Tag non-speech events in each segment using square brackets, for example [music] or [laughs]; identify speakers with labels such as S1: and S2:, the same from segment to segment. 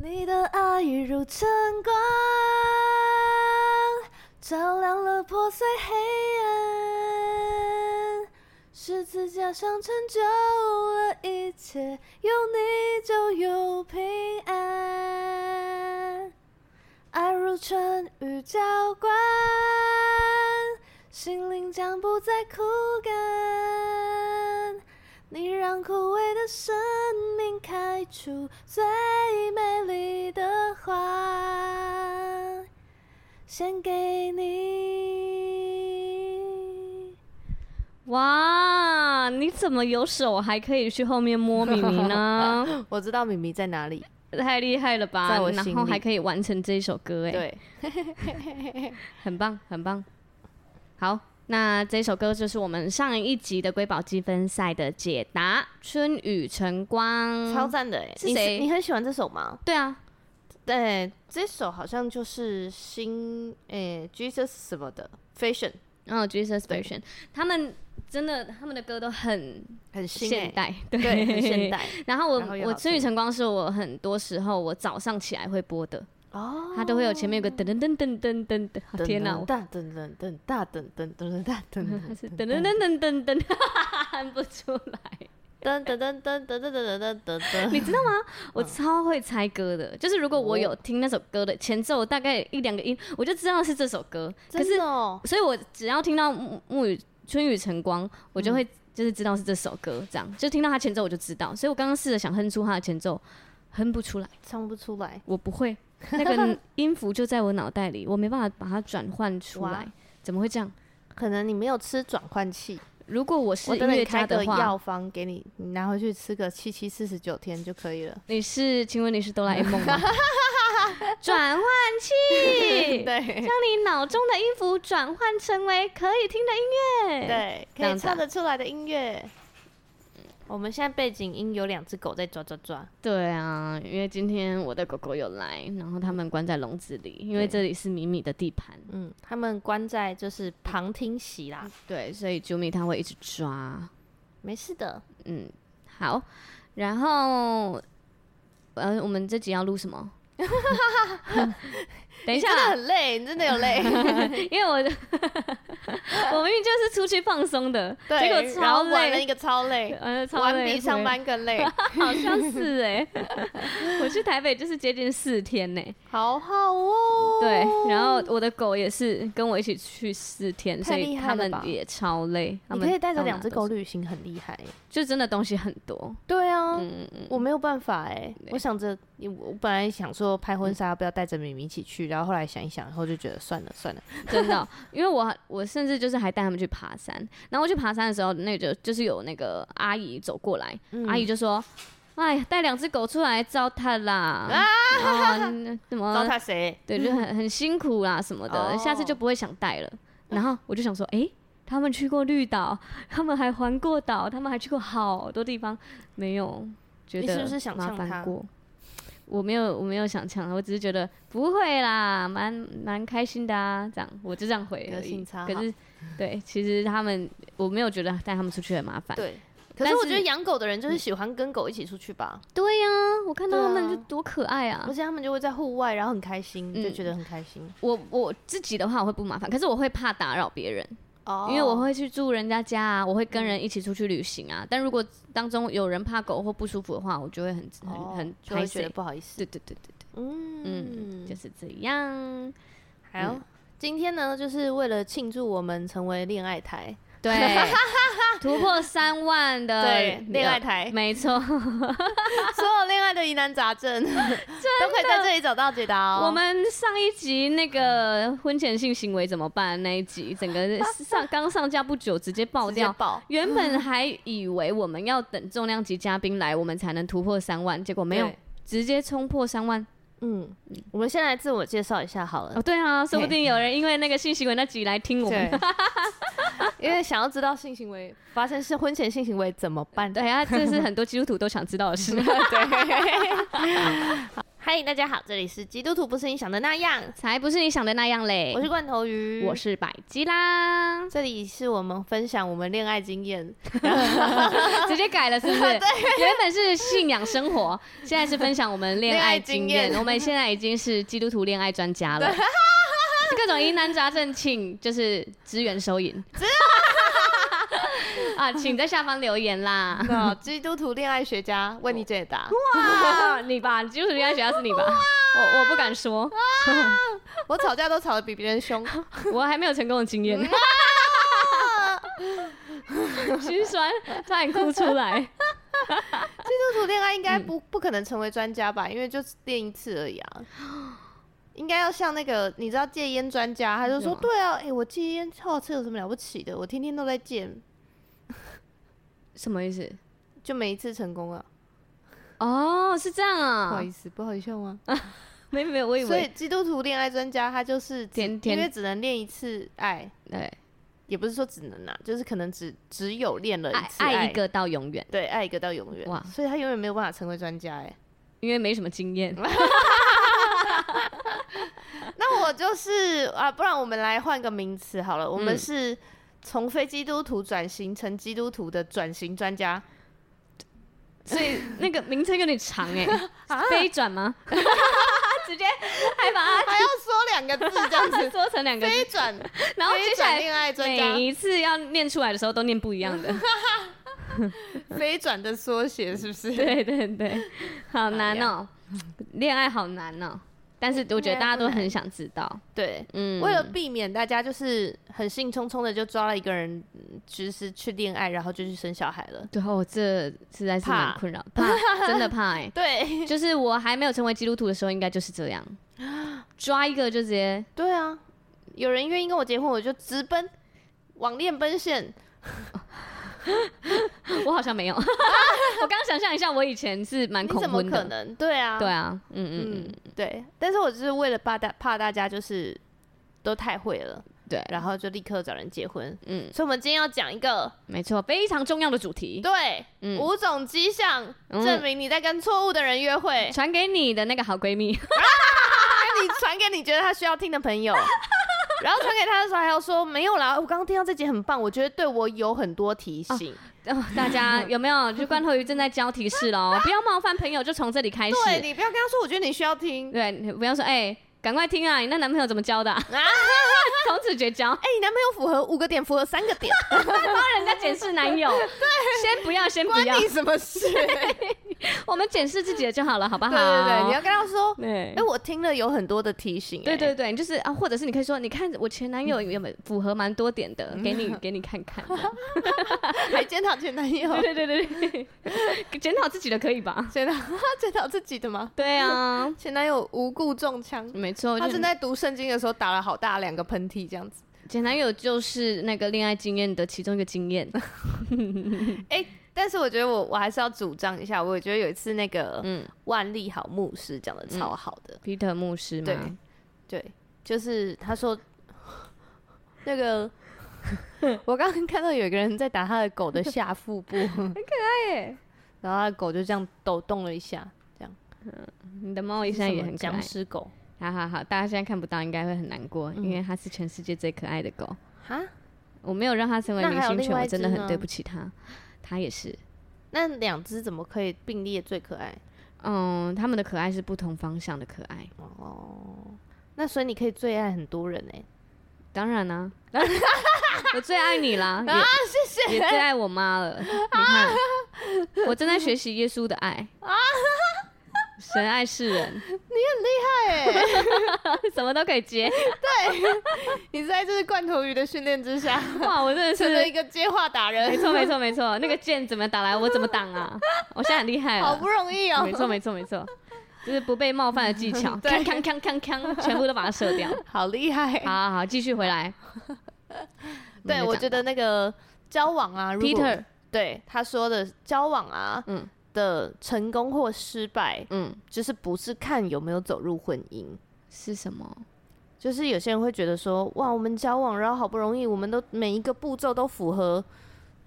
S1: 你的爱一如晨光，照亮了破碎黑暗。十字架上成就了一切，有你就有平安。爱如春雨浇灌，心灵将不再枯干。你让枯萎的生命开出最美丽的花，献给你。
S2: 哇，你怎么有手还可以去后面摸米米
S1: [laughs]
S2: 呢？
S1: 我知道米米在哪里。
S2: 太厉害了吧！
S1: 在我心
S2: 然
S1: 里
S2: 后还可以完成这一首歌，哎，
S1: 对，
S2: 很棒，很棒。好，那这首歌就是我们上一集的瑰宝积分赛的解答，《春雨晨光》。
S1: 超赞的哎！
S2: 是
S1: 你
S2: 谁
S1: 你很喜欢这首吗？
S2: 对啊，
S1: 对，这首好像就是新诶、Jesus 什么的 Fashion，
S2: 然后哦 Jesus
S1: 对
S2: version，他们真的他们的歌都很
S1: 很新
S2: 现
S1: 诶、
S2: 代，
S1: 对，很
S2: [laughs]
S1: 现。代
S2: 然后我
S1: 然后又
S2: 我
S1: 好
S2: 《春雨
S1: 听
S2: 晨光》是我很多时候我早上起来会播的，
S1: 哦。
S2: 它都会有前面有个噔噔噔噔噔噔噔，天哪，我
S1: 噔噔噔噔噔噔噔噔噔噔
S2: 它
S1: 噔
S2: 是噔噔噔噔噔噔，喊不出来。
S1: 噔噔噔噔噔噔噔噔噔，
S2: [laughs] 你知道吗？我超会猜歌的，就是如果我有听那首歌的前奏，大概一两个音，我就知道是这首歌。可是，
S1: 哦，
S2: 所以我只要听到木木雨春雨晨光，我就会就是知道是这首歌，这样就听到它前奏我就知道。所以我刚刚试着想哼出它的前奏，哼不出来，
S1: 唱不出来，
S2: 我
S1: [laughs]
S2: 不会，那个音符就在我脑袋里，我没办法把它转换出
S1: 哇
S2: 来，怎么会这样？
S1: 可能你没有吃转换器。
S2: 如果我是
S1: 我
S2: 音
S1: 等你
S2: 乐
S1: 开
S2: 家
S1: 个
S2: 的
S1: 药
S2: 话，
S1: 方给你，你拿回去吃个七七四十九天就可以了。
S2: 你是请问你是哆啦 A
S1: [laughs]
S2: 梦吗？转换器，
S1: 对
S2: 将你脑中的音符转换成为可以听的音乐。，
S1: 对，
S2: 这
S1: 可以
S2: 样子啊
S1: 唱得出来的音乐。我们现在背景音有两只狗在抓抓抓，
S2: 对啊，因为今天我的狗狗有来，然后它们关在笼子里，因为
S1: 对
S2: 这里是米米的地盘。
S1: 嗯，他们关在就是旁听席啦，
S2: 对，所以啾咪它会一直抓。
S1: 没事的。
S2: 嗯，好，然后呃，我们这集要录
S1: [laughs]
S2: 什么？等一
S1: 你
S2: 下
S1: 真的
S2: 啦，
S1: 很累，你真的有累。
S2: [laughs] 因为我
S1: [laughs]
S2: 我明明就是出去放松的，
S1: 对，
S2: 结果
S1: 然后
S2: 超
S1: 玩了一
S2: 累，
S1: 个超累，
S2: 呃，超
S1: 玩
S2: 累，
S1: 比上
S2: 回
S1: 班更累，
S2: 好像是哎、 [laughs] 我去台北就是接近四天呢、
S1: [laughs] 好好哦。
S2: 对，然后我的狗也是跟我一起去四天，所
S1: 太
S2: 以
S1: 厉
S2: 它
S1: 害了
S2: 们
S1: 吧
S2: 也超累。它
S1: 你
S2: 们
S1: 可以带着
S2: 到哪
S1: 两只
S2: 都
S1: 狗
S2: 是，
S1: 旅行，很厉害耶。
S2: 就真的东西很多。
S1: 对啊，
S2: 嗯，嗯
S1: 我没有办法哎、
S2: 对
S1: 我想着，
S2: 嗯
S1: 我本来想说拍婚纱要不要带着米米一起去，然后后来想一想，然后就觉得算了算了，
S2: 嗯真的 [laughs] 哦、因为我我甚至就是还带它们去爬山，然后我去爬山的时候，那个就是有那个阿姨走过来，
S1: 嗯
S2: 阿姨就说。哎呀，带两只狗出来糟蹋啦！
S1: [laughs]
S2: 啊，嗯怎么
S1: 糟蹋谁？
S2: 对，就很很辛苦啦什么的，
S1: 哦
S2: 下次就不会想带了。然后我就想说，诶，他们去过绿岛，他们还环过岛，他们还去过好多地方，没有觉
S1: 你
S2: 得
S1: 是不是想
S2: 麻
S1: 呛他
S2: 烦过？我没有，我没有想呛，我只是觉得不会啦，蛮蛮开心的啊，这样我就这样回而
S1: 个性
S2: 已。
S1: 差
S2: 可
S1: 好
S2: 是，对，其实他们我没有觉得带他们出去很麻烦。
S1: 对。可
S2: 但
S1: 是我
S2: 是
S1: 觉得养狗的人就是喜欢跟狗一起出去吧，
S2: 对呀、我看到
S1: 对
S2: 他
S1: 啊
S2: 们就多可爱啊！
S1: 而且他们就会在户外，然后很开心，
S2: 嗯
S1: 就觉得很开心。
S2: 我我自己的话我会不麻烦，可是我会怕打扰别人。
S1: 哦
S2: 嗯
S1: 嗯
S2: 因为我会去住人家家啊，我会跟人一起出去旅行啊。但如果当中有人怕狗或不舒服的话，我就会很很很
S1: 哦就会
S2: 拍
S1: 觉得
S2: 谁。
S1: 不好意思。
S2: 对对对对对，
S1: 嗯
S2: 嗯，就是这
S1: [laughs]
S2: 样。
S1: 好，
S2: 嗯
S1: 今天呢，就是为了庆祝我们成为恋爱台， [laughs]
S2: 对，突破三万的
S1: 对，哎恋爱
S2: 呃
S1: 台，
S2: 没错，
S1: 所有恋爱的疑难杂
S2: [laughs]
S1: 症都可以在这里找到解答哦。
S2: 我们上一集那个婚前性行为怎么办那一集，整 [laughs] 个上刚上架不久直接爆
S1: 直接
S2: 掉。
S1: 爆，
S2: 原本还以为我们要等重量级嘉宾来，我们才能突破三万，结果没有
S1: 对，
S2: 直接冲破三万。
S1: 嗯，我们先来自我介绍一下好了
S2: 哦，，对啊，说不
S1: 嘿
S2: 定有人因为那个性行为那集来听我们 [laughs]
S1: 对。，因为想要知道性行为发生是婚前性行为怎么办？
S2: 对啊，这是很多基督徒都想知道的事。
S1: [laughs] 对，嗨，嘿大家好，这里是基督徒不是你想的那样，
S2: [laughs] 才不是你想的那样嘞。
S1: 我是罐头鱼，
S2: 哎我是百基啦，
S1: 这里是我们分享我们恋爱经验， [laughs]
S2: 直接改了是不是？原本是信仰生活，现在是分享我们恋爱经
S1: 恋爱
S2: 验
S1: 经。验
S2: 我们现在已经是基督徒恋爱专家了，各种疑难杂症，请就是支援收银。 [laughs] 啊，请在下方留言啦！
S1: 那啊基督徒恋爱学家
S2: [laughs]
S1: 为你解答。
S2: 哇， [laughs] 你吧，基督徒恋爱学家是你吧？我我不敢说，
S1: 我吵架都吵得比别人
S2: [laughs]
S1: 凶，
S2: 我还没有成功的经验。 [laughs] 心酸，差点哭出来。
S1: 基督徒恋爱应
S2: 嗯
S1: 该不、不可能成为专家吧？因为就练一次而已
S2: [gasps]
S1: 啊。应该要像那个，你知道戒烟专家，他就说
S2: 是：“吗
S1: 对啊，哎、我戒烟好吃有什么了不起的？我天天都在戒，
S2: 什么意思？
S1: 就每一次成功啊。
S2: 哦，是这样
S1: 不好
S2: 啊
S1: 意，思，不好笑吗？
S2: 没没有，我以
S1: 所以
S2: 为
S1: 基督徒恋爱专家他就是只
S2: 天天
S1: 因为只能恋一次爱，
S2: 对，
S1: 也不是说只能啊，就是可能只只有恋了一
S2: 爱
S1: 次
S2: 爱一，个到永远，
S1: 对，爱一个到永远。
S2: 哇
S1: 所以他永远没有办法成为专家哎、
S2: 因为没什么经 [laughs] 验。
S1: 那我就是啊，不然我们来换个名词好了。我们是从非基督徒转型成基督徒的转型专家，
S2: 所以那个名称有点长 [laughs] 哎、飞转吗？ [laughs] 直接还 [laughs] 把
S1: 还要说两个字这样
S2: 它
S1: 子，
S2: 缩成两个
S1: [laughs]
S2: 字，
S1: 非转
S2: 然后接
S1: 非
S2: 下
S1: 转
S2: 来
S1: 恋爱专
S2: 每
S1: 家，
S2: 一次要念出来的时候都念不一 [laughs] 样的。
S1: 非转的缩写是不是？
S2: 对对对，好难哦、恋爱好难哦、但是我觉得大家都很想知道，
S1: 对。
S2: 嗯，
S1: 为了避免大家就是很兴冲冲的就抓了一个人，嗯就是去恋爱，然后就去生小孩了。
S2: 对哦，这实在是
S1: 怕
S2: 蛮困扰，怕真的怕哎、 [laughs]
S1: 对，
S2: 就是我还没有成为基督徒的时候，应该就是 [laughs] 这样，抓一个就直接
S1: 对啊，有人愿意跟我结婚，我就直奔网恋奔现。
S2: [laughs] 我好像没有，我刚想象一下，我以前是蛮
S1: 你
S2: 恐
S1: 怎么
S2: 婚
S1: 可
S2: 的，
S1: 能？对啊，
S2: 对啊，嗯嗯
S1: 嗯，对。但是我就是为了怕大怕大家就是都太会了，
S2: 对
S1: 然后就立刻找人结婚。
S2: 嗯，
S1: 所以我们今天要讲一个
S2: 没错，非常重要的主题，
S1: 对、
S2: 嗯
S1: 五种迹象
S2: 嗯
S1: 证明你在跟错误的人约会，
S2: 传给你的那个好闺蜜， [laughs]
S1: 那你传给你觉得他需要听的朋友。然后传给他的时候还要说没有啦，我刚刚听到这集很棒，我觉得对我有很多提醒。
S2: 哦大家有没有？就罐头鱼正在交提示
S1: [laughs]
S2: 喽，不要冒犯朋友，就从这里开始，
S1: 对你不要跟他说，我觉得你需要听。
S2: 对，你不要说哎，赶快听啊，你那男朋友怎么教
S1: [laughs]
S2: 的啊？从此绝交，
S1: 哎、你男朋友符合五个点，符合三个
S2: [laughs] 啊
S1: 点，
S2: 帮人家检视男
S1: [laughs]
S2: 友，对，先不要，先不
S1: 关
S2: 要，
S1: 你什么事？
S2: [laughs]
S1: 对
S2: 我们检视自己的就好了，好不好？
S1: 对对，你要跟他说，
S2: 对
S1: 哎、我听了有很多的提醒、
S2: 嗯对
S1: 哎
S2: 对对，就是啊，或者是你可以说，你看我前男友有没有符合蛮多点的，给
S1: 嗯
S2: 你给你看看。
S1: [laughs] 还检讨前男友，
S2: 对对对对对， [laughs] 检讨自己的可以吧？
S1: [laughs] 检讨 [laughs] 检讨自己的吗？
S2: 对啊，
S1: 前男友无故中枪，
S2: [laughs] 没错，
S1: 他
S2: 就
S1: 正在读圣经的时候打了好大两个喷嚏，这样子。
S2: 前男友就是那个恋爱经验的其中一个
S1: [laughs]
S2: 经验。
S1: 但是我觉得我我还是要主张一下，我觉得有一次那个
S2: 嗯
S1: 万利好牧师讲的超好的，
S2: 皮特牧师
S1: 对
S2: 嘛，
S1: 对，就是他说 [laughs] 那个。 [laughs] 我刚刚看到有一个人在打他的狗的下腹
S2: [laughs]
S1: 部，
S2: 对，
S1: 然后他的狗就这样抖动了一下，
S2: 你的猫现在
S1: 是
S2: 也
S1: 什
S2: 很
S1: 么
S2: 可爱
S1: 僵。尸狗
S2: 好好好，大家现在看不到，应该会很难过，因
S1: 嗯
S2: 为它是全世界最可爱的狗。
S1: 啊。
S2: 我没有让它成为
S1: 那
S2: 明
S1: 还有
S2: 星
S1: 另
S2: 犬，
S1: 外
S2: 我
S1: 一
S2: 真的
S1: 只
S2: 很
S1: 呢
S2: 对不起它。它也是，
S1: 那两只怎么可以并列最可爱？
S2: 嗯，它们的可爱是不同方向的可爱。
S1: 哦，那所以你可以最爱很多人哎、
S2: 当然
S1: [laughs]
S2: 啦、我最爱你啦，
S1: 啊，
S2: 也
S1: 谢谢。
S2: 也最爱我妈了。你看，我正在学习耶稣的爱，
S1: 啊
S2: 神爱世人， [laughs]
S1: 对，
S2: 什么都可
S1: [laughs]
S2: 以接。
S1: 你在这是罐头鱼的训练之 [laughs] 下，
S2: 哇，我真的
S1: 成了一
S2: 是。
S1: 个接话达人，
S2: 没错，没错，没错，那个箭怎么打来，我怎么挡啊？我现在很厉害
S1: 好
S2: 了
S1: 不，容易哦。
S2: 没错，没错，没错，就是不被冒犯的技巧，
S1: [laughs] 对
S2: 锵锵锵锵锵，全部都把它射
S1: [laughs]
S2: 掉。
S1: 好厉害。
S2: 好好好，继续回来。
S1: 对，我觉得那个交往啊如果
S2: 嗯 Peter，
S1: 对他说的交往啊，
S2: 嗯
S1: 的成功或失败，
S2: 嗯，
S1: 就是不是看有没有走入婚姻。
S2: 是什么？
S1: 就是有些人会觉得说，哇，我们交往，然后好不容易，我们都每一个步骤都符合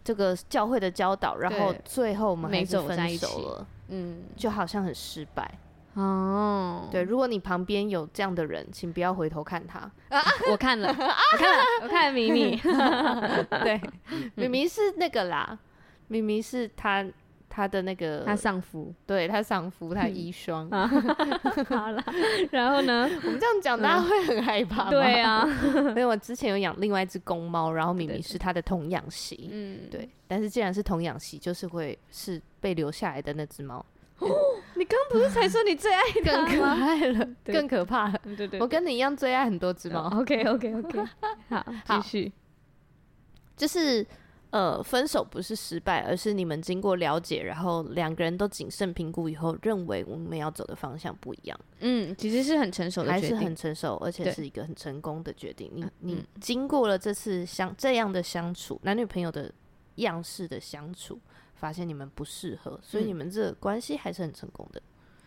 S1: 这个教会的教导，然后
S2: 对
S1: 最后我们还
S2: 没
S1: 是
S2: 走在
S1: 分
S2: 一
S1: 手
S2: 起
S1: 了，
S2: 嗯，
S1: 就好像很失败。
S2: 哦，
S1: 对，如果你旁边有这样的人，请不要回头看
S2: [laughs]
S1: 他。
S2: 我看了，我看了，我看了迷你， [laughs]
S1: 对，
S2: 嗯
S1: 明明是那个啦，明明是他他的那个，
S2: 他上夫。
S1: 对他丧夫，他遗孀。
S2: 啊 [laughs] 好啦，然后呢？
S1: 我们这样讲，大家会很害怕。
S2: 嗯对，啊，
S1: 因为我之前有养另外一只公猫，然后明
S2: 对
S1: 明
S2: 对
S1: 是它的童养媳，
S2: 嗯，
S1: 对，但是既然是童养媳，就是会是被留下来的那只
S2: [laughs]
S1: 猫，
S2: 你刚不是才说你最爱
S1: 更可
S2: 吗？
S1: 爱了，
S2: 啊对
S1: 更可怕了。
S2: 对对对，
S1: 我跟你一样最爱很多只猫，
S2: OK OK [laughs] OK，好，
S1: 好
S2: 继续。
S1: 就是呃，分手不是失败，而是你们经过了解，然后两个人都谨慎评估以后，认为我们要走的方向不一样，
S2: 嗯，其实是很成熟的
S1: 还
S2: 决
S1: 是很
S2: 定，
S1: 成熟，而且
S2: 对
S1: 是一个很成功的决定。你
S2: 嗯
S1: 你经过了这次相这样的相处，男女朋友的样式的相处，发现你们不适合，所以
S2: 嗯
S1: 你们这个关系还是很成功的。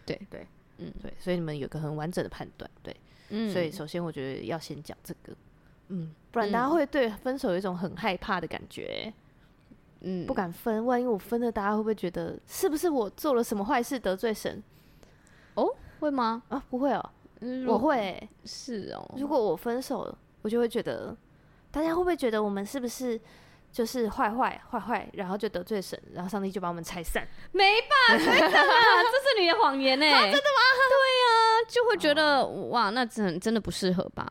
S2: 对
S1: 对，
S2: 嗯
S1: 对，所以你们有个很完整的判断，对。
S2: 嗯
S1: 所以首先我觉得要先讲这个，嗯，不然大家
S2: 嗯
S1: 会对分手有一种很害怕的感觉欸、
S2: 嗯
S1: 不敢分，万一我分了，大家会不会觉得是不是我做了什么坏事得罪神
S2: 会吗？
S1: 啊？不会哦，
S2: 嗯
S1: 我
S2: 如
S1: 会欸、
S2: 是哦，
S1: 如果我分手了，我就会觉得大家会不会觉得我们是不是就是坏坏坏坏，然后就得罪神，然后上帝就把我们拆散？
S2: 没吧？ [laughs] 真的啊，这是你的谎言呢、真的吗？对啊，就会觉得哇，那真真的不适合吧？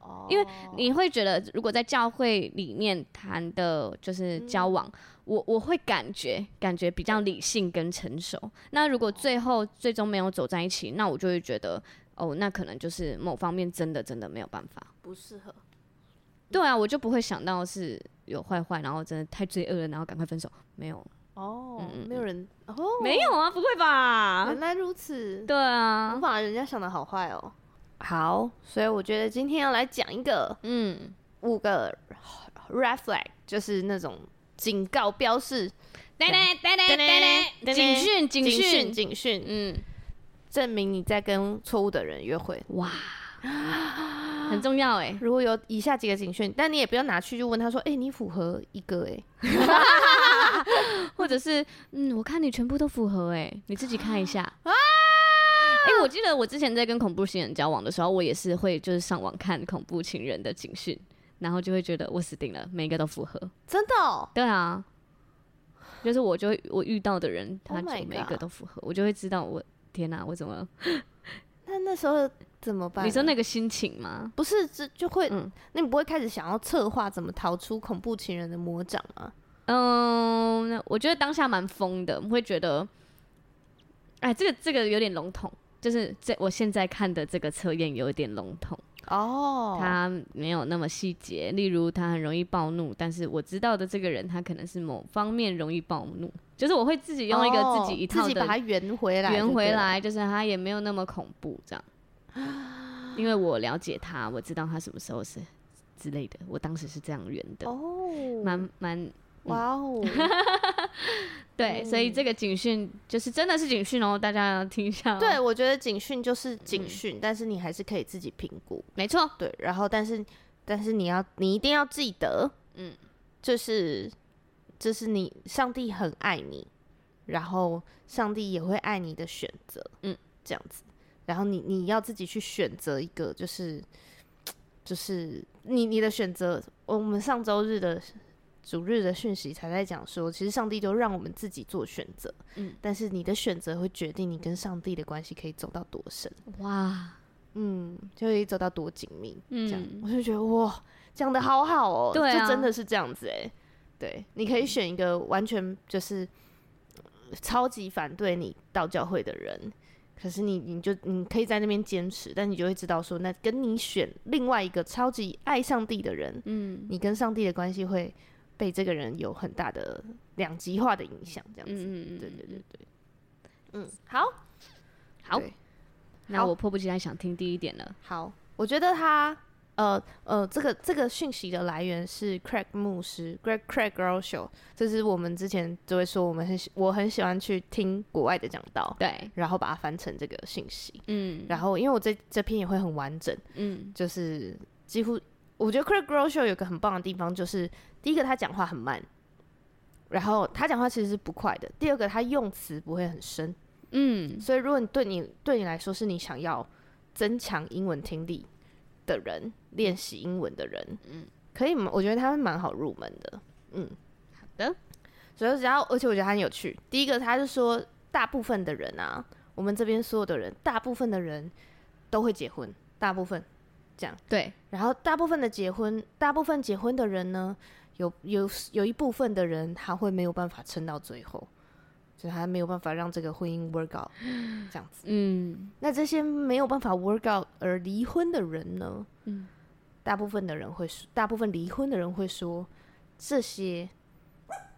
S1: 哦
S2: 因为你会觉得，如果在教会里面谈的就是交往，我我会感觉感觉比较理性跟成熟。那如果最后最终没有走在一起，那我就会觉得，哦，那可能就是某方面真的真的没有办法。
S1: 不适合，
S2: 对啊，我就不会想到是有坏坏，然后真的太罪恶了，然后赶快分手。没有，
S1: 哦
S2: 嗯嗯，嗯
S1: 没有人哦，
S2: 没有啊，不会吧
S1: 原？来如此，
S2: 对
S1: 我
S2: 啊，
S1: 把人家想的好坏哦。好，所以我觉得今天要来讲一个
S2: 嗯，
S1: 五个 red flag，就是那种警告标示、
S2: 呆呆呆呆呆呆，警讯警
S1: 警讯、
S2: 讯，
S1: 警讯，
S2: 嗯，
S1: 证明你在跟错误的人约会。
S2: 哇，很重要哎、
S1: 如果有以下几个警讯，但你也不要拿去就问他说：“哎、你符合一个哎、
S2: 或者是嗯，我看你全部都符合哎、你自己看一下啊。哎、我记得我之前在跟恐怖情人交往的时候，我也是会就是上网看恐怖情人的警讯，然后就会觉得我死定了，每一个都符合。
S1: 真的、哦，
S2: 对啊，就是我就会我遇到的人，他
S1: Oh my
S2: 就每一个
S1: God
S2: 都符合，我就会知道我天哪、我怎么？
S1: 那那时候怎么办？啊
S2: 你说那个心情吗？
S1: 不是这就会，
S2: 嗯
S1: 那你不会开始想要策划怎么逃出恐怖情人的魔掌吗？
S2: 嗯，那我觉得当下蛮疯的，会觉得，哎，这个这个有点笼统，就是这我现在看的这个测验有一点笼统。
S1: 哦
S2: 他没有那么细节，例如他很容易暴怒，但是我知道的这个人，他可能是某方面容易暴怒，就是我会自己用一个自己一套
S1: 哦自己把它
S2: 的
S1: 圆回来，
S2: 圆回。来，就是他也没有那么恐怖
S1: [gasps]
S2: 这样，因为我了解他，我知道他什么时候是之类的，我当时是这样圆的，
S1: 哦，
S2: 蛮嗯蛮
S1: 哇
S2: [laughs]
S1: 哦，嗯
S2: 对，所以这个警讯就是真的是警讯哦，大家要听一下、哦，
S1: 对，，我觉得警讯就是
S2: 嗯
S1: 警讯，但是你还是可以自己评估。
S2: 没错，
S1: 对，然后但是但是你要你一定要记得，嗯
S2: 嗯，
S1: 就是就是你上帝很爱你，然后上帝也会爱你的选择，嗯
S2: 嗯，
S1: 这样子，然后你你要自己去选择一个，就是就是你你的选择。我们上周日的主日的讯息才在讲说，其实上帝就让我们自己做选择，嗯
S2: 嗯，
S1: 但是你的选择会决定你跟上帝的关系可以走到多深。
S2: 哇，
S1: 嗯，就可以走到多紧密，这样、
S2: 嗯
S1: 我就觉得哇，讲的好好哦、
S2: 对啊
S1: 就真的是这样子哎、对，你可以选一个完全就是呃超级反对你到教会的人，可是你你就你可以在那边坚持，但你就会知道说，那跟你选另外一个超级爱上帝的人，
S2: 嗯
S1: 你跟上帝的关系会被这个人有很大的两极化的影响，这样
S2: 嗯
S1: 子，
S2: 嗯嗯，
S1: 对对对对，嗯，好，
S2: 好
S1: 对，
S2: 那我迫不及待想听第一点了，
S1: 好，我觉得他呃呃，这个这个讯息的来源是 Craig 牧师 Greg Craig Groeschel，这是我们之前就会说我们很喜我很喜欢去听国外的讲道，
S2: 对，
S1: 然后把它翻成这个讯息，
S2: 嗯
S1: 然后因为我这这篇也会很完整，
S2: 嗯。
S1: 就是几乎我觉得 Craig Groeschel 有个很棒的地方，就是第一个他讲话很慢。然后他讲话其实是不快的。第二个，他用词不会很深，
S2: 嗯，
S1: 所以如果你对你对你来说是你想要增强英文听力的人，练习英文的人，嗯，可以吗，我觉得他蛮好入门的，嗯，好
S2: 的。
S1: 所以只要，而且我觉得他很有趣。第一个，他是说大部分的人啊，我们这边所有的人，大部分的人都会结婚，大部分这样。
S2: 对，
S1: 然后大部分的结婚，大部分结婚的人呢，有有有一部分的人他会没有办法撑到最后，就他没有办法让这个婚姻 work out 这样
S2: [gasps]
S1: 子。
S2: 嗯
S1: 那这些没有办法 work out 而离婚的人呢，
S2: 嗯，
S1: 大部分的人会说，大部分离婚的人会说，这些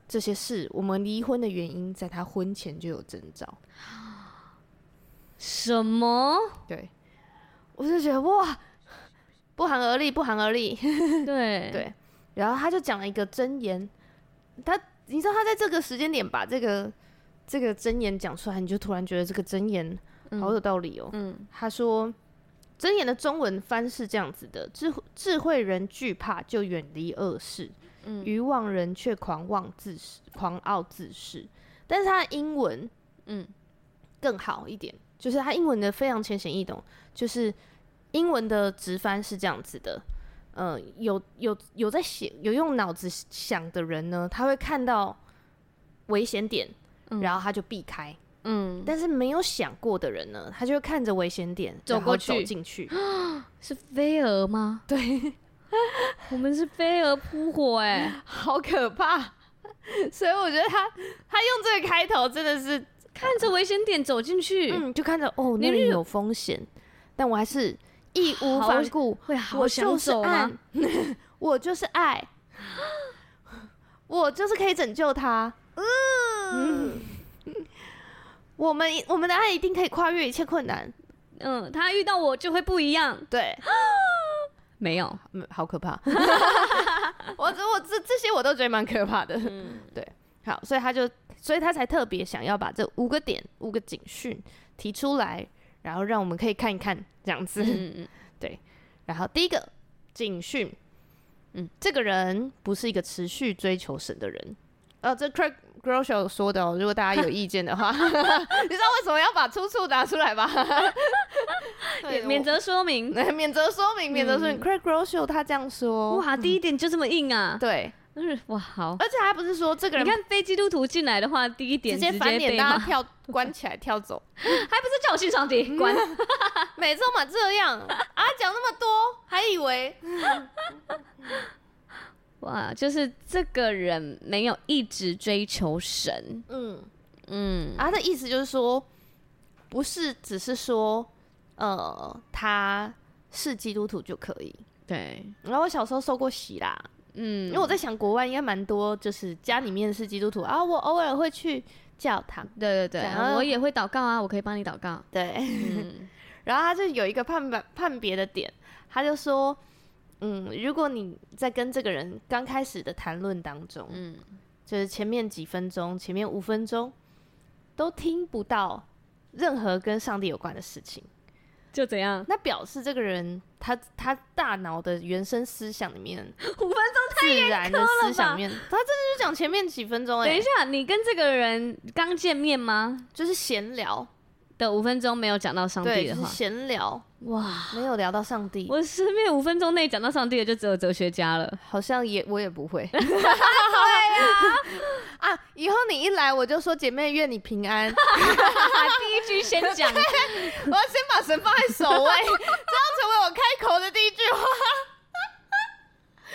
S1: 这些事，我们离婚的原因在他婚前就有征兆。
S2: 什么？ [laughs]
S1: 对，我就觉得哇，不寒而栗，不寒而栗。
S2: 对
S1: 对然后他就讲了一个箴言，他你知道他在这个时间点把这个这个箴言讲出来，你就突然觉得这个箴言好有道理哦。
S2: 嗯
S1: 他说，箴言的中文翻是这样子的：智智慧人惧怕就远离恶事，
S2: 嗯
S1: 愚妄人却狂妄自恃、狂傲自恃。但是他的英文
S2: 嗯
S1: 更好一点，就是他英文的非常浅显易懂，就是英文的直翻是这样子的。呃，有有有在写有用脑子想的人呢，他会看到危险点，
S2: 嗯
S1: 然后他就避开。
S2: 嗯，
S1: 但是没有想过的人呢，他就会看着危险点
S2: 走
S1: 然后
S2: 过
S1: 走
S2: 去
S1: 进去。
S2: 是飞蛾吗？ [laughs] 对，我们是飞蛾扑火哎、
S1: [gasps]
S2: [laughs]
S1: 好可怕。 [laughs] 所以我觉得他他用这个开头真的是，
S2: 看着危险点走进去，
S1: 嗯，就看着哦，那
S2: 你
S1: 里
S2: 是
S1: 有风险，但我还是义无
S2: 好
S1: 反顾，
S2: 会好
S1: 我
S2: 想
S1: 就是
S2: 走吗
S1: 爱？， [laughs] 我就是
S2: [laughs]
S1: 爱，我就是可以拯救他。嗯， [laughs] 我们我们的爱一定可以跨越一切困难。
S2: 嗯，他遇到我就会不一样。
S1: 对，
S2: 没有，
S1: 嗯，好可
S2: [laughs]
S1: 怕！ [laughs] 我这我这这些我都觉得蛮可怕的。
S2: 嗯
S1: [laughs] 对，好，所以他就，所以他才特别想要把这五个点、五个警讯提出来，然后让我们可以看一看这样子。 [laughs]
S2: 嗯
S1: 然后第一个警讯，嗯，这个人不是一个持续追求神的人。哦，这 Craig Groeschel 说的哦，如果大家有意见的话， [laughs] 你知道为什么要把出处拿出 [laughs] 来吧？对
S2: 免免责说明。
S1: 我 [laughs] 免责说明，免责说明、Craig Groeschel 他这样说，
S2: [laughs] 哇，第一点就这么硬啊！
S1: 对，
S2: 嗯，哇，好。
S1: 而且还不是说这个
S2: 你
S1: 人
S2: 看非基督徒进来的话，第一
S1: 直
S2: 点
S1: 接翻脸，
S2: 被
S1: 大
S2: 骂，
S1: 家跳关起来跳 [laughs] 走，
S2: [laughs] 还不是叫我欣赏敌 [laughs] 关？
S1: 每次都嘛这样啊，讲那么多，还以 [laughs] 为
S2: 哇，就是这个人没有一直追求神，
S1: 嗯
S2: 嗯
S1: 啊，他的意思就是说，不是只是说呃他是基督徒就可以。
S2: 对，
S1: 然后我小时候受过洗啦，
S2: 嗯，
S1: 因为我在想国外应该蛮多，就是家里面是基督徒啊，我偶尔会去教堂，
S2: 对对对
S1: 然，后
S2: 我也会祷告啊，我可以帮你祷 [laughs] 告。
S1: 对，
S2: 嗯
S1: 然后他就有一个判判判别的点，他就说，嗯，如果你在跟这个人刚开始的谈论当中，
S2: 嗯，
S1: 就是前面几分钟、前面五分钟都听不到任何跟上帝有关的事情，
S2: 就怎样？
S1: 那表示这个人他他大脑的原生思想里面，
S2: 五分钟。
S1: 自然的思想
S2: 吧
S1: 里面，他真的就讲前面几分钟、
S2: 等
S1: 欸，
S2: 一下，你跟这个人刚见面吗？
S1: 就是闲聊，
S2: 的五分钟没有讲到上帝
S1: 对，
S2: 的
S1: 就是
S2: 话，
S1: 闲聊，
S2: 哇！
S1: 没有聊到上帝，
S2: 我身边五分钟内讲到上帝的就只有哲学
S1: [laughs]
S2: 家了。
S1: 好像也我也不
S2: [laughs]
S1: 会。对 [laughs] 呀、啊，以后你一来我就说姐妹愿你平安， [laughs] 我
S2: 第一句先讲，
S1: 要先把神放在首位，这要成为我开口的第一句话。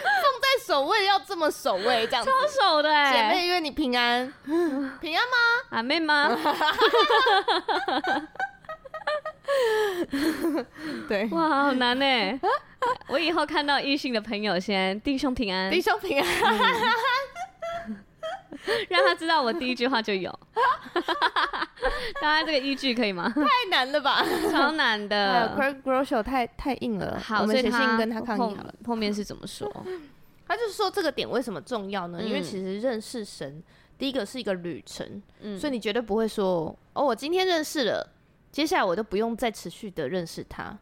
S1: 放在首位要这么首位，这样子。
S2: 超手的
S1: 姐
S2: 哎、
S1: 妹愿你平安，平安吗？
S2: 阿
S1: [laughs]
S2: 妹吗？
S1: 对，
S2: 哇，好难哎、我以后看到异性的朋友先弟兄平安
S1: 弟，兄平安。
S2: 让他知道我第一句话
S1: [laughs]
S2: 就有。大家这个依据可以
S1: [laughs]
S2: 吗？
S1: 太难了吧？
S2: 超难
S1: 还有
S2: 的。
S1: Craig Groeschel 太太硬了，
S2: 呃好，
S1: 我们
S2: 所
S1: 写
S2: 以
S1: 信
S2: 他
S1: 跟他抗
S2: 后
S1: 议好了。
S2: 后面是怎么说？
S1: 他就是说这个点为什么重要呢？因为
S2: 嗯
S1: 其实认识神，第一个是一个旅程，
S2: 嗯
S1: 所以你绝对不会说哦，我今天认识了，接下来我都不用再持续的认识他，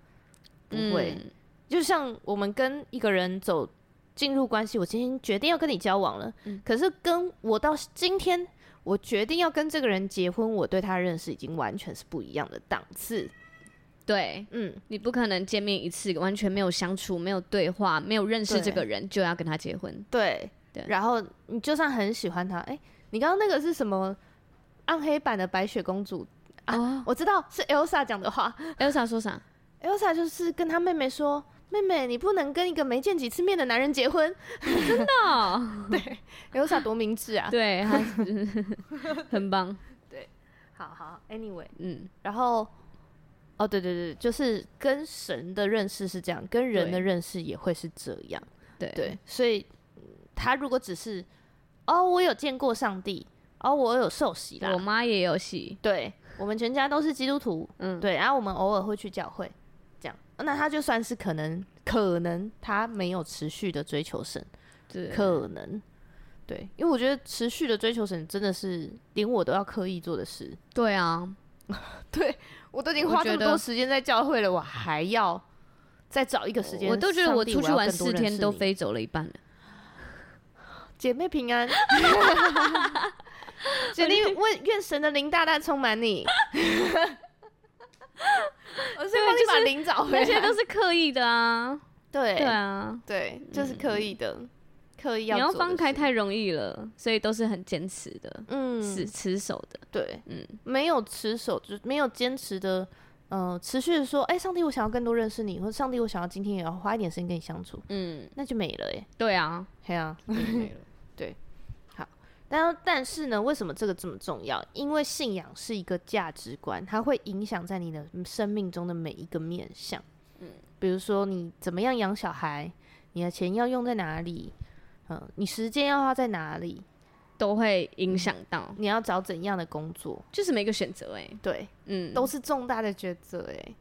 S1: 不会。
S2: 嗯
S1: 就像我们跟一个人走
S2: 嗯
S1: 进入关系，我今天决定要跟你交往了，可是跟我到今天。我决定要跟这个人结婚，我对他认识已经完全是不一样的档次。
S2: 对
S1: 嗯，
S2: 你不可能见面一次，完全没有相处、没有对话、没有认识
S1: 对
S2: 这个人就要跟他结婚。
S1: 对。
S2: 对
S1: 然后你就算很喜欢他，哎、你刚刚那个是什么暗黑版的白雪公主？
S2: 哦
S1: 我知道是 Elsa 讲的话。
S2: [laughs]
S1: [laughs]
S2: ，Elsa 说啥？
S1: Elsa 就是跟她妹妹说：“妹妹，你不能跟一个没见几次面的男人结婚。 [laughs]
S2: 哦，”
S1: Elsa 多明智 [laughs] 啊！
S2: [laughs] 对，他很棒。
S1: 好好，Anyway，
S2: 嗯，
S1: 然后哦，对对对，就是跟神的认识是这样，跟人的
S2: 对
S1: 认识也会是这样。
S2: 对
S1: 对，所以嗯他如果只是哦，我有见过上帝，哦，我有受洗
S2: 我
S1: 啦，
S2: 妈也有戏。
S1: 对我们全家都是基督徒，
S2: 嗯，
S1: 对，然后我们偶尔会去教会，这样，那他就算是可能，可能他没有持续的追求神，
S2: 对，
S1: 可能。对，因为我觉得持续的追求神真的是连我都要刻意做的 [laughs] 事，
S2: 对啊，
S1: 我都已经
S2: 我
S1: 花
S2: 觉
S1: 这么
S2: 得
S1: 多时间在教会了，我还要再找一个时间。
S2: 我都觉得
S1: 上
S2: 我
S1: 帝
S2: 出去
S1: 要
S2: 玩
S1: 更多
S2: 四
S1: 认
S2: 天
S1: 识
S2: 都
S1: 你
S2: 飞走了一半了。
S1: 姐妹平
S2: [laughs]
S1: 安。姐弟问愿神的灵大大充满
S2: [laughs]
S1: 你。我是帮你把灵找回
S2: 那些
S1: 来。
S2: 都是刻意的啊。对
S1: 哦对
S2: 啊，
S1: 对，就是刻意的，刻意
S2: 你
S1: 要
S2: 要
S1: 做的
S2: 放开
S1: 事
S2: 太容易了，所以都是很坚持的，
S1: 嗯，
S2: 是持守的。
S1: 对，
S2: 嗯
S1: 没有持守，就是没有坚持的，呃，持续的说，哎、上帝，我想要更多认识你，或者上帝，我想要今天也要花一点时间跟你相处，
S2: 嗯，
S1: 那就没了耶。
S2: 对啊，
S1: 嘿啊， [laughs] 但但是呢，为什么这个这么重要？因为信仰是一个价值观，它会影响在你的生命中的每一个面向。嗯，比如说你怎么样养小孩，你的钱要用在哪里，嗯、你时间要花在哪里，
S2: 都会影响到，
S1: 你要找怎样的工作，
S2: 就是每个选择哎、
S1: 对，
S2: 嗯，
S1: 都是重大的抉择。哎，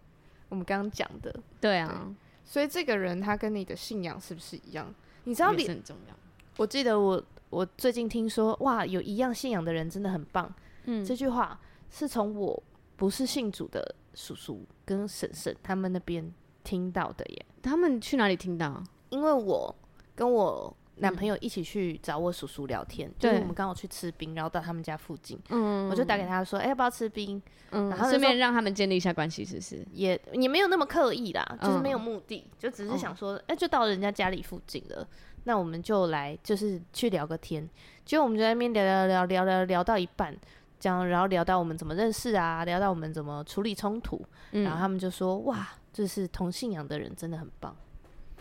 S1: 我们刚刚讲的，
S2: 对啊，
S1: 所以这个人他跟你的信仰是不是一样？你知道
S2: 也
S1: 李
S2: 是很重要。
S1: 我记得我我最近听说，哇，有一样信仰的人真的很棒。
S2: 嗯
S1: 这句话是从我不是信主的叔叔跟婶婶他们那边听到的耶，
S2: 他们去哪里听到？
S1: 因为我跟我男朋友一起去找我叔叔聊天，就是
S2: 嗯对
S1: 我们刚好去吃冰，然后到他们家附近，
S2: 嗯
S1: 我就打给他说，哎、要不要吃冰？
S2: 嗯
S1: 然后，就
S2: 顺便
S1: 说
S2: 让他们建立一下关系，是不是？
S1: 也也没有那么刻意啦，就是
S2: 嗯
S1: 没有目的，就只是想说，哎、就到人家家里附近了，那我们就来就是去聊个天。结果我们就在那边聊聊聊聊聊聊到一半，这样然后聊到我们怎么认识啊，聊到我们怎么处理冲突，然后
S2: 嗯，
S1: 他们就说，哇，就是同信仰的人真的很棒。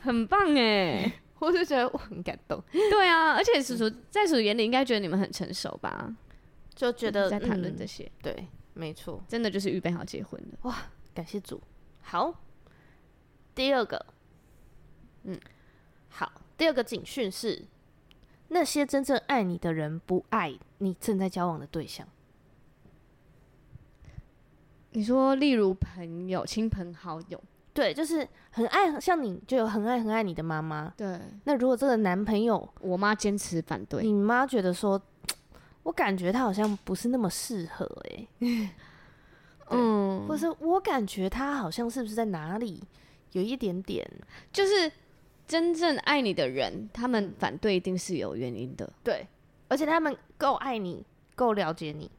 S2: 很棒哎、
S1: [laughs] 我就觉得我很感动，
S2: [laughs] 对啊，而且叔叔在叔叔眼里应该觉得你们很成熟吧？
S1: 就觉得
S2: 在谈论
S1: 嗯
S2: 这些，
S1: 对，没错，
S2: 真的就是预备好结婚了。
S1: 感谢主。好，第二个，嗯，好，第二个警讯是，那些真正爱你的人不爱你正在交往的对象。
S2: 你说，例如朋友、亲朋好友，
S1: 对，就是很爱，像你就有很爱很爱你的妈妈。
S2: 对
S1: 那如果这个男朋友，
S2: 我妈坚持反对
S1: 你，妈觉得说，我感觉他好像不是那么适合、欸，
S2: 嗯
S1: 或，是我感觉他好像是不是在哪里有一点点
S2: 就是真正爱你的人，他们反对一定是有原因的。
S1: 对，而且他们够爱你，够了解你，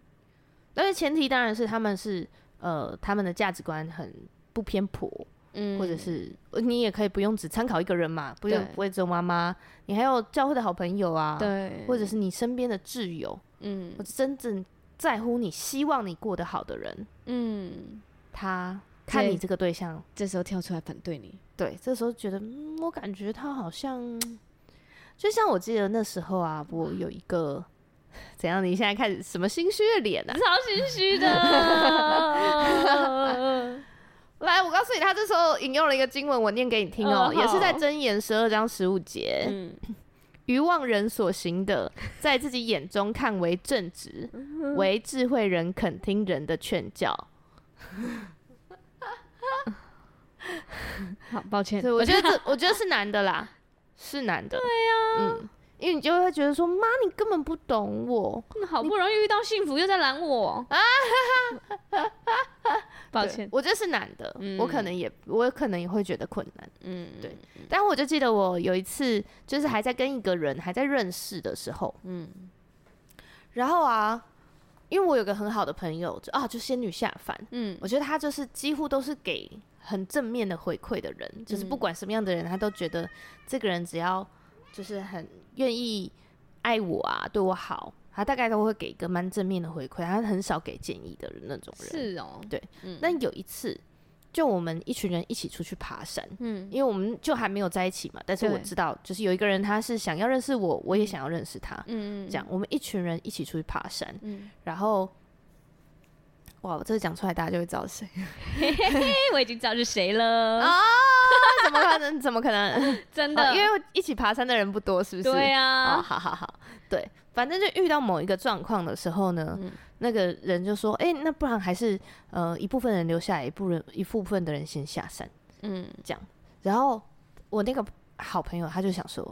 S1: 而且前提当然是他们是呃，他们的价值观很不偏颇，
S2: 嗯
S1: 或者是呃你也可以不用只参考一个人嘛，不用
S2: 对
S1: 不会只有妈妈，你还有教会的好朋友啊，，
S2: 对，
S1: 或者是你身边的挚友，
S2: 嗯
S1: 或者真正在乎你、希望你过得好的人，
S2: 嗯，
S1: 他看你
S2: 对
S1: 这个对象，
S2: 这时候跳出来反对你，
S1: 对，这时候觉得，嗯，我感觉他好像，就像我记得那时候啊，我有一个怎样？你现在开始什么心虚的脸啊？
S2: 超心虚 [laughs] 嗯的。
S1: 来，我告诉你，他这时候引用了一个经文，我念给你听哦，
S2: 哦
S1: 也是在
S2: 好
S1: 箴言十二章十五节，
S2: 嗯，
S1: 愚妄人所行的，在自己眼中看为正直，唯智慧人肯听人的劝教。
S2: 好，抱歉
S1: 所以，我觉得这，我觉得是难的啦，是难的。对呀、嗯，因为你就会觉得说，妈，你根本不懂我。
S2: 嗯好不容易遇到幸福，又在拦我。 [laughs] 抱
S1: 对
S2: 歉，
S1: 我觉得是难的，
S2: 嗯
S1: 我可能也我可能也会觉得困难。
S2: 嗯，
S1: 对但我就记得我有一次就是还在跟一个人还在认识的时候，嗯，然后啊，因为我有个很好的朋友，就啊，就仙女下凡，
S2: 嗯
S1: 我觉得他就是几乎都是给很正面的回馈的人，就是不
S2: 嗯
S1: 管什么样的人，他都觉得这个人只要就是很愿意爱我啊，对我好，他大概都会给一个蛮正面的回馈，他很少给建议的那种人。
S2: 是哦，
S1: 对
S2: 嗯，
S1: 但有一次，就我们一群人一起出去爬山，
S2: 嗯
S1: 因为我们就还没有在一起嘛，但是
S2: 对
S1: 我知道，就是有一个人他是想要认识我，我也想要认识他，
S2: 嗯
S1: 这样我们一群人一起出去爬山，
S2: 嗯，
S1: 然后，哇，我这个讲出来大家就会知道是谁。 [laughs]
S2: 哎，我已经知道是谁了，
S1: 啊，怎么可能？怎么可 [laughs] 能？
S2: 真的，
S1: 哦因为一起爬山的人不多，是不是？
S2: 对
S1: 哦，
S2: 啊，
S1: 好好好，对，反正就遇到某一个状况的时候呢，
S2: 嗯
S1: 那个人就说：“哎、那不然还是呃一部分人留下来，一部分一部分的人先下山。
S2: 嗯，”
S1: 然后我那个好朋友他就想说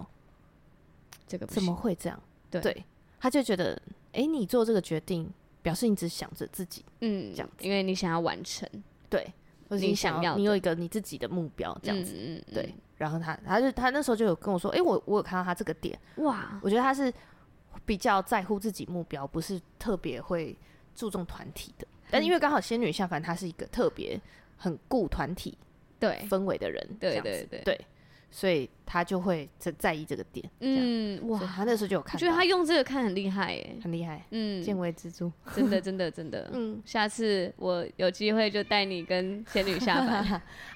S2: 这个：“不
S1: 怎么
S2: 行
S1: 会这样？”
S2: 对
S1: 他就觉得：“哎、你做这个决定，表示你只想着自己，
S2: 嗯
S1: 这样子
S2: 因为你想要完成
S1: 对，或是
S2: 你
S1: 想
S2: 想要
S1: 你
S2: 的
S1: 有一个你自己的目标，这样子。，
S2: 嗯嗯，
S1: 对，然后他他就他那时候就有跟我说：“哎、我我有看到他这个点。”
S2: 嗯哇，
S1: 我觉得他是比较在乎自己目标，不是特别会注重团体的。但
S2: 嗯
S1: 因为刚好仙女下凡，她是一个特别很顾团体
S2: 对
S1: 氛围的人，这
S2: 对
S1: 样子
S2: 对对
S1: 对，所以他就会在在意这个点。嗯，
S2: 嗯
S1: 哇，
S2: 哇，
S1: 他那时候就有
S2: 我
S1: 看
S2: 觉得他
S1: 到，
S2: 用这个看很厉害耶，
S1: 很厉害，
S2: 嗯， [laughs]
S1: 见微知著。
S2: 真的真的真的，
S1: 嗯，
S2: 下次我有机会就带你跟仙女下凡。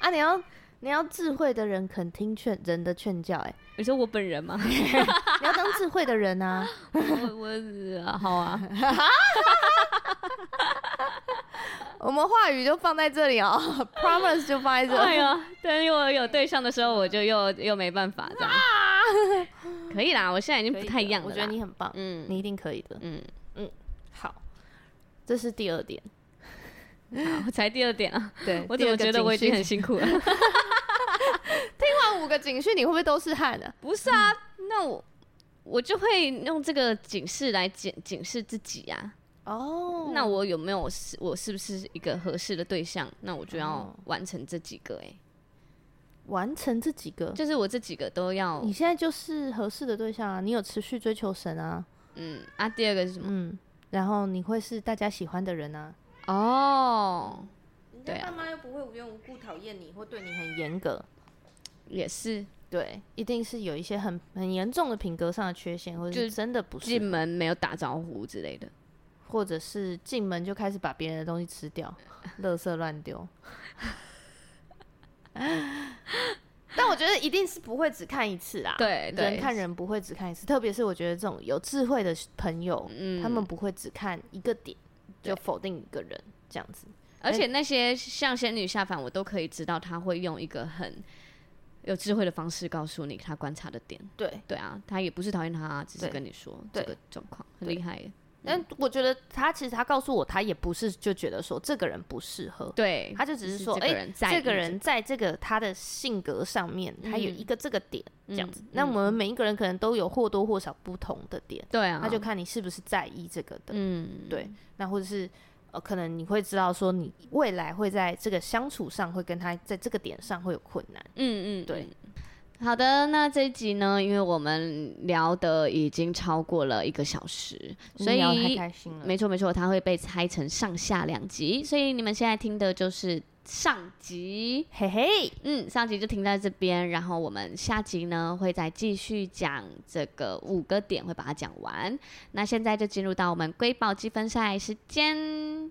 S1: 啊，你要你要智慧的人肯听劝人的劝教、哎，
S2: 你说我本人吗？
S1: 你要当智慧的人啊。
S2: 我 [laughs] 我呃好啊，
S1: [laughs] 我们话语就放在这里哦，promise 就放在这
S2: 哎
S1: 里。
S2: 呀，等我有对象的时候，我就又又没办法这样。 [laughs] 可以啦，我现在已经
S1: 可以
S2: 不
S1: 的
S2: 太一样了
S1: 我
S2: 啦。
S1: 觉得你很棒，
S2: 嗯
S1: 你一定可以的。
S2: 嗯，
S1: 好，这是第二点。
S2: 好，才第二点啊，
S1: [laughs] 对
S2: 我怎么觉得我已经很辛苦了？
S1: 看五个警讯，你会不会都是汗啊？
S2: 不是啊，那我我就会用这个警示来警警示自己啊。
S1: 哦
S2: 那我有没有是我是不是一个合适的对象？那我就要
S1: 哦
S2: 完成这几个哎、
S1: 完成这几个，
S2: 就是我这几个都要
S1: 你现在就是合适的对象啊，你有持续追求神啊，
S2: 嗯啊，第二个是什么？
S1: 嗯，然后你会是大家喜欢的人啊。
S2: 哦，对
S1: 人家
S2: 啊
S1: 爸妈又不会无缘无故讨厌你或对你很严格，
S2: 也是
S1: 对，一定是有一些很很严重的品格上的缺陷，或者
S2: 就是
S1: 真的不
S2: 进
S1: 是，
S2: 门没有打招呼之类的，
S1: 或者是进门就开始把别人的东西吃 [laughs] 掉，垃圾乱丢。 [laughs] 但我觉得一定是不会只看一次啦，
S2: 对对，
S1: 人看人不会只看一次，特别是我觉得这种有智慧的朋友，
S2: 嗯
S1: 他们不会只看一个点就
S2: 对
S1: 否定一个人这样子。
S2: 而且那些像仙女下凡，我都可以知道他会用一个很有智慧的方式告诉你他观察的点。
S1: 对，
S2: 对啊，他也不是讨厌他，只是
S1: 对
S2: 跟你说
S1: 对
S2: 这个状况很厉害耶。
S1: 但我觉得他其实他告诉我，他也不是就觉得说这个人不适合，
S2: 对，
S1: 他就只是
S2: 是
S1: 说，
S2: 这个
S1: 哎
S2: 人，在
S1: 这个
S2: 意
S1: 人在这个他的性格上面，他有
S2: 嗯
S1: 一个这个点这样子
S2: 嗯。
S1: 那我们每一个人可能都有或多或少不同的点，
S2: 对啊，
S1: 那就看你是不是在意这个的。
S2: 嗯，
S1: 对，那或者是呃，可能你会知道说，你未来会在这个相处上会跟他在这个点上会有困难。
S2: 嗯嗯，
S1: 对
S2: 嗯。好的，那这一集呢，因为我们聊的已经超过了一个小时，所以
S1: 聊得太开心了，
S2: 没错没错，它会被拆成上下两集，所以你们现在听的就是上集。
S1: 嘿嘿，
S2: 嗯，上集就停在这边，然后我们下集呢会再继续讲这个五个点，会把它讲完。那现在就进入到我们瑰宝积分赛时间。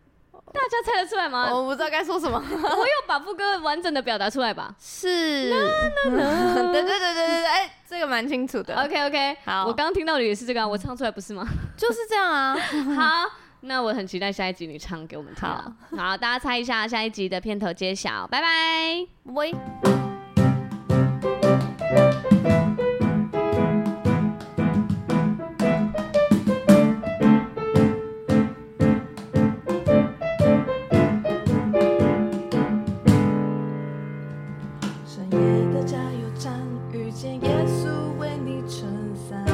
S2: 大家猜得出来吗？
S3: 哦
S1: 我不知道该说什么，
S2: 我有把副歌完整的表达出来吧
S1: 是，对对对对对对，哎、这个蛮清楚的
S2: ？OK OK，
S1: 好
S2: 我刚刚听到的也是这个、啊，我唱出来不是吗？
S1: 就是这样啊，
S2: 好，那我很期待下一集你唱给我们听啊。好，大家猜一下下一集的片头揭晓，拜拜。
S1: 喂。
S3: 深夜的加油站，遇见耶稣为你撑伞。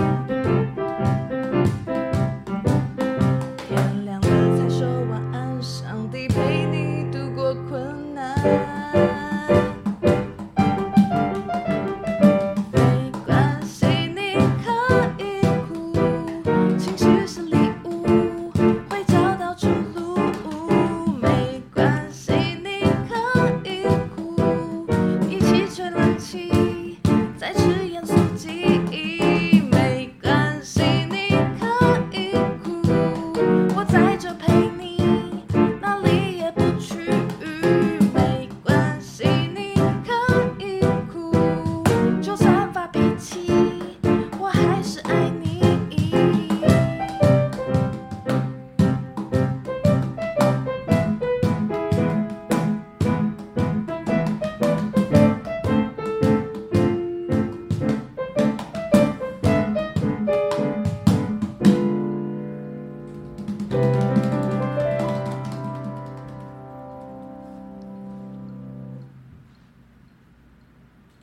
S3: 天亮了才说晚安，上帝陪你度过困难。没关系，你可以哭，情绪是礼物，会找到出路。没关系，你可以哭。一起吹冷气，再吃盐酥鸡。没关系，你可以哭，我在这陪你，哪里也不去。没关系，你可以哭，就算发脾气，我还是爱你。